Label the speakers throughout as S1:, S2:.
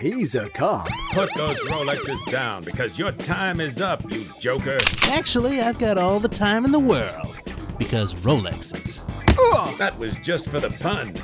S1: He's a cop.
S2: Put those Rolexes down because your time is up, you joker.
S3: Actually, I've got all the time in the world because Rolexes.
S2: That was just for the pun.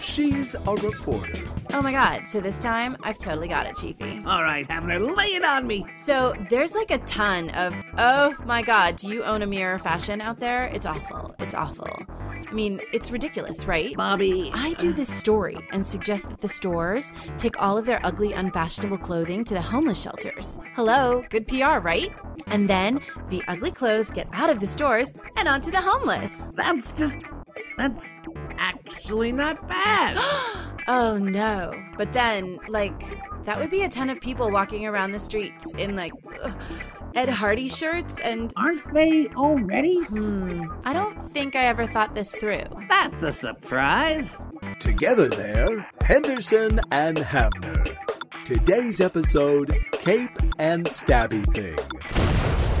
S1: She's a reporter.
S4: Oh my god, so this time I've totally got it, Chiefy.
S5: All right, Havner, lay it on me.
S4: So there's like a ton of, oh my god, do you own a mirror fashion out there? It's awful. It's awful. I mean, it's ridiculous, right?
S5: Bobby.
S4: I do this story and suggest that the stores take all of their ugly, unfashionable clothing to the homeless shelters. Hello, good PR, right? And then the ugly clothes get out of the stores and onto the homeless.
S5: That's just. That's actually not bad.
S4: Oh no. But then, like, that would be a ton of people walking around the streets in, like, ugh, Ed Hardy shirts, and
S5: Aren't they already?
S4: hmm, I don't think I ever thought this through.
S5: That's a surprise.
S1: Together they're Henderson and Havner. Today's episode Cape and Stabby Thing.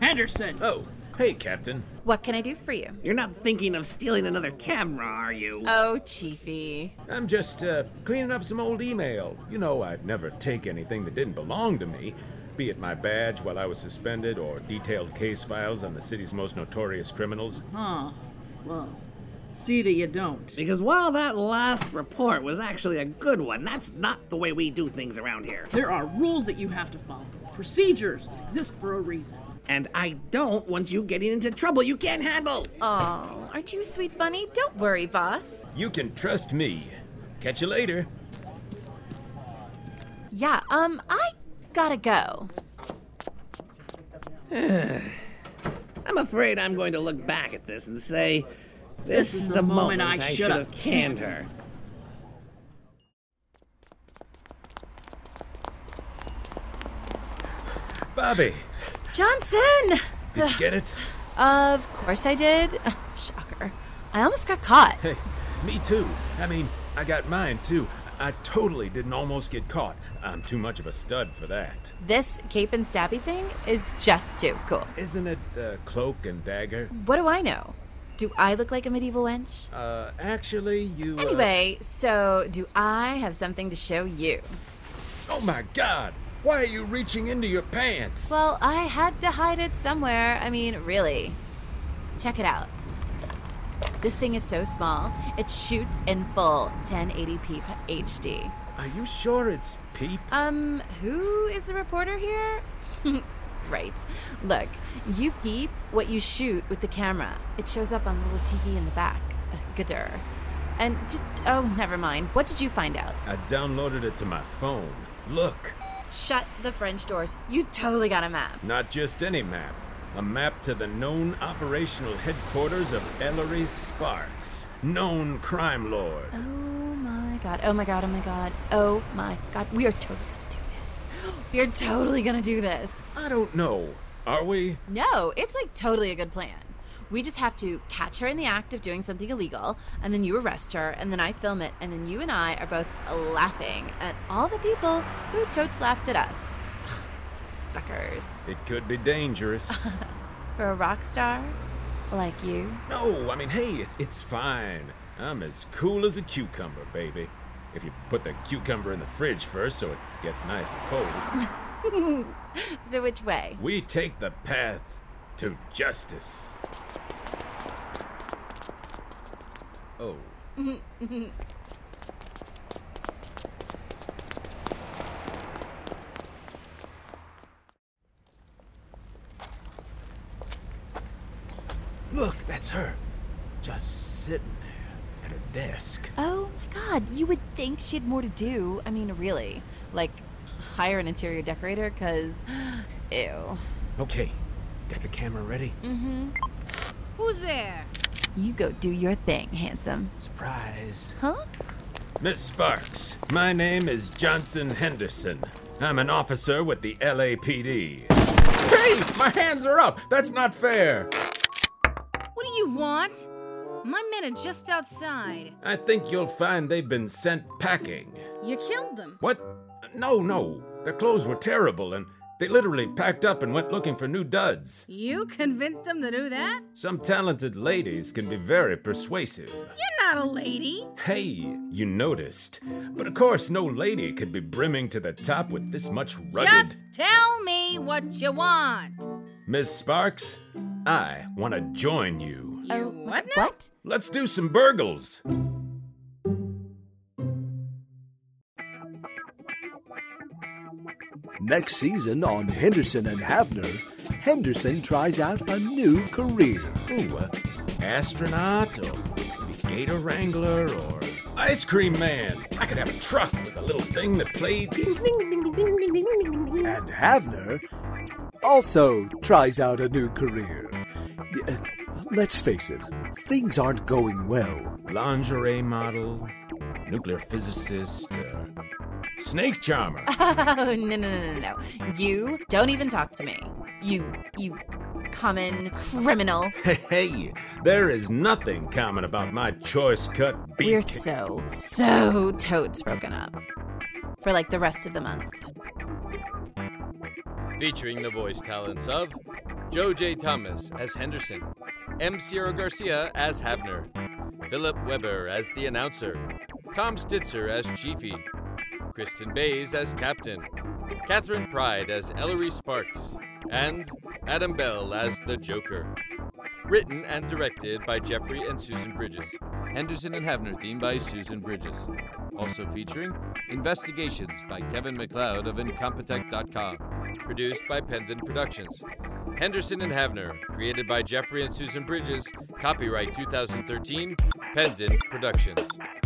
S6: Henderson,
S2: Oh, hey, Captain.
S4: What can I do for you?
S5: You're not thinking of stealing another camera, are you?
S4: Oh, Chiefy.
S2: I'm just uh, cleaning up some old email. You know, I'd never take anything that didn't belong to me, be it my badge while I was suspended or detailed case files on the city's most notorious criminals.
S6: huh? Well, see that you don't.
S5: Because while that last report was actually a good one, that's not the way we do things around here.
S6: There are rules that you have to follow, procedures that exist for a reason.
S5: And I don't want you getting into trouble you can't handle.
S4: Oh, aren't you a sweet bunny? Don't worry, boss.
S2: You can trust me. Catch you later.
S4: Yeah, um, I gotta go.
S5: I'm afraid I'm going to look back at this and say, this, is the, moment, I should have canned her.
S2: Bobby,
S4: Johnson!
S2: did you get it?
S4: Of course I did. Shocker. I almost got caught.
S2: Hey, me too. I mean, I got mine too. I totally didn't almost get caught. I'm too much of a stud for that.
S4: This cape and stabby thing is just too cool.
S2: Isn't it uh, cloak and dagger?
S4: What do I know? Do I look like a medieval wench?
S2: Uh, actually, you. uh,
S4: Anyway, so do I have something to show you?
S2: oh my God! Why are you reaching into your pants?
S4: Well, I had to hide it somewhere. I mean, really. Check it out. This thing is so small, it shoots in full 1080p HD.
S2: are you sure it's peep?
S4: Um, who is the reporter here? right. Look, you peep what you shoot with the camera. It shows up on the little TV in the back. Ugh, Gadur. And just, oh, never mind. What did you find out?
S2: I downloaded it to my phone. Look,
S4: Shut the French doors. You totally got a map.
S2: not just any map. A map to the known operational headquarters of Ellery Sparks, known crime lord.
S4: Oh my god. Oh my god. Oh my god. Oh my god. We are totally gonna do this. We are totally gonna do this.
S2: I don't know. Are we?
S4: No, it's like totally a good plan. We just have to catch her in the act of doing something illegal, and then you arrest her, and then I film it, and then you and I are both laughing at all the people who totes laughed at us. Suckers.
S2: It could be dangerous.
S4: For a rock star like you.
S2: No, I mean, hey, it, it's fine. I'm as cool as a cucumber, baby. If you put the cucumber in the fridge first so it gets nice and cold,
S4: So, which way?
S2: we take the path to justice. Oh. Look, that's her. Just sitting there at her desk.
S4: Oh my god, you would think she had more to do. I mean, really. Like, hire an interior decorator, because. Ew.
S2: Okay, got the camera ready?
S7: Who's there?
S4: You go do your thing, handsome.
S2: Surprise.
S4: Huh?
S2: Miss Sparks, my name is Johnson Henderson. I'm an officer with the LAPD. Hey, my hands are up. That's not fair.
S7: What do you want? My men are just outside.
S2: I think you'll find they've been sent packing.
S7: You killed them.
S2: What? No, no. Their clothes were terrible and They literally packed up and went looking for new duds.
S7: You convinced them to do that?
S2: Some talented ladies can be very persuasive.
S7: You're not a lady.
S2: Hey, you noticed. But of course, no lady could be brimming to the top with this much rugged.
S7: Just tell me what you want.
S2: Miss Sparks, I want to join you.
S7: You what
S4: Oh,
S7: now?
S4: What?
S2: Let's do some burgles.
S1: Next season on Henderson and Havner, Henderson tries out a new career.
S2: Ooh, uh, astronaut or gator wrangler or ice cream man. I could have a truck with a little thing that played.
S1: And Havner also tries out a new career. Uh, Let's face it, things aren't going well.
S2: Lingerie model, nuclear physicist, uh, snake charmer.
S4: Oh, no, no, no, no, no. You don't even talk to me. You, you common criminal.
S2: hey, there is nothing common about my choice cut beak.
S4: We're so, so totes broken up for like the rest of the month.
S8: featuring the voice talents of Joe J. Thomas as Henderson, M. Ciro Garcia as Havner, Philip Weber as the announcer, Tom Stitzer as Chiefy, Kristen Bays as Captain, Catherine Pride as Ellery Sparks, and Adam Bell as the Joker. Written and directed by Jeffrey and Susan Bridges. Henderson and Havner theme by Susan Bridges. Also featuring Investigations by Kevin McLeod of Incompetech.com. Produced by Pendant Productions. Henderson and Havner, created by Jeffrey and Susan Bridges. Copyright 2013, Pendant Productions.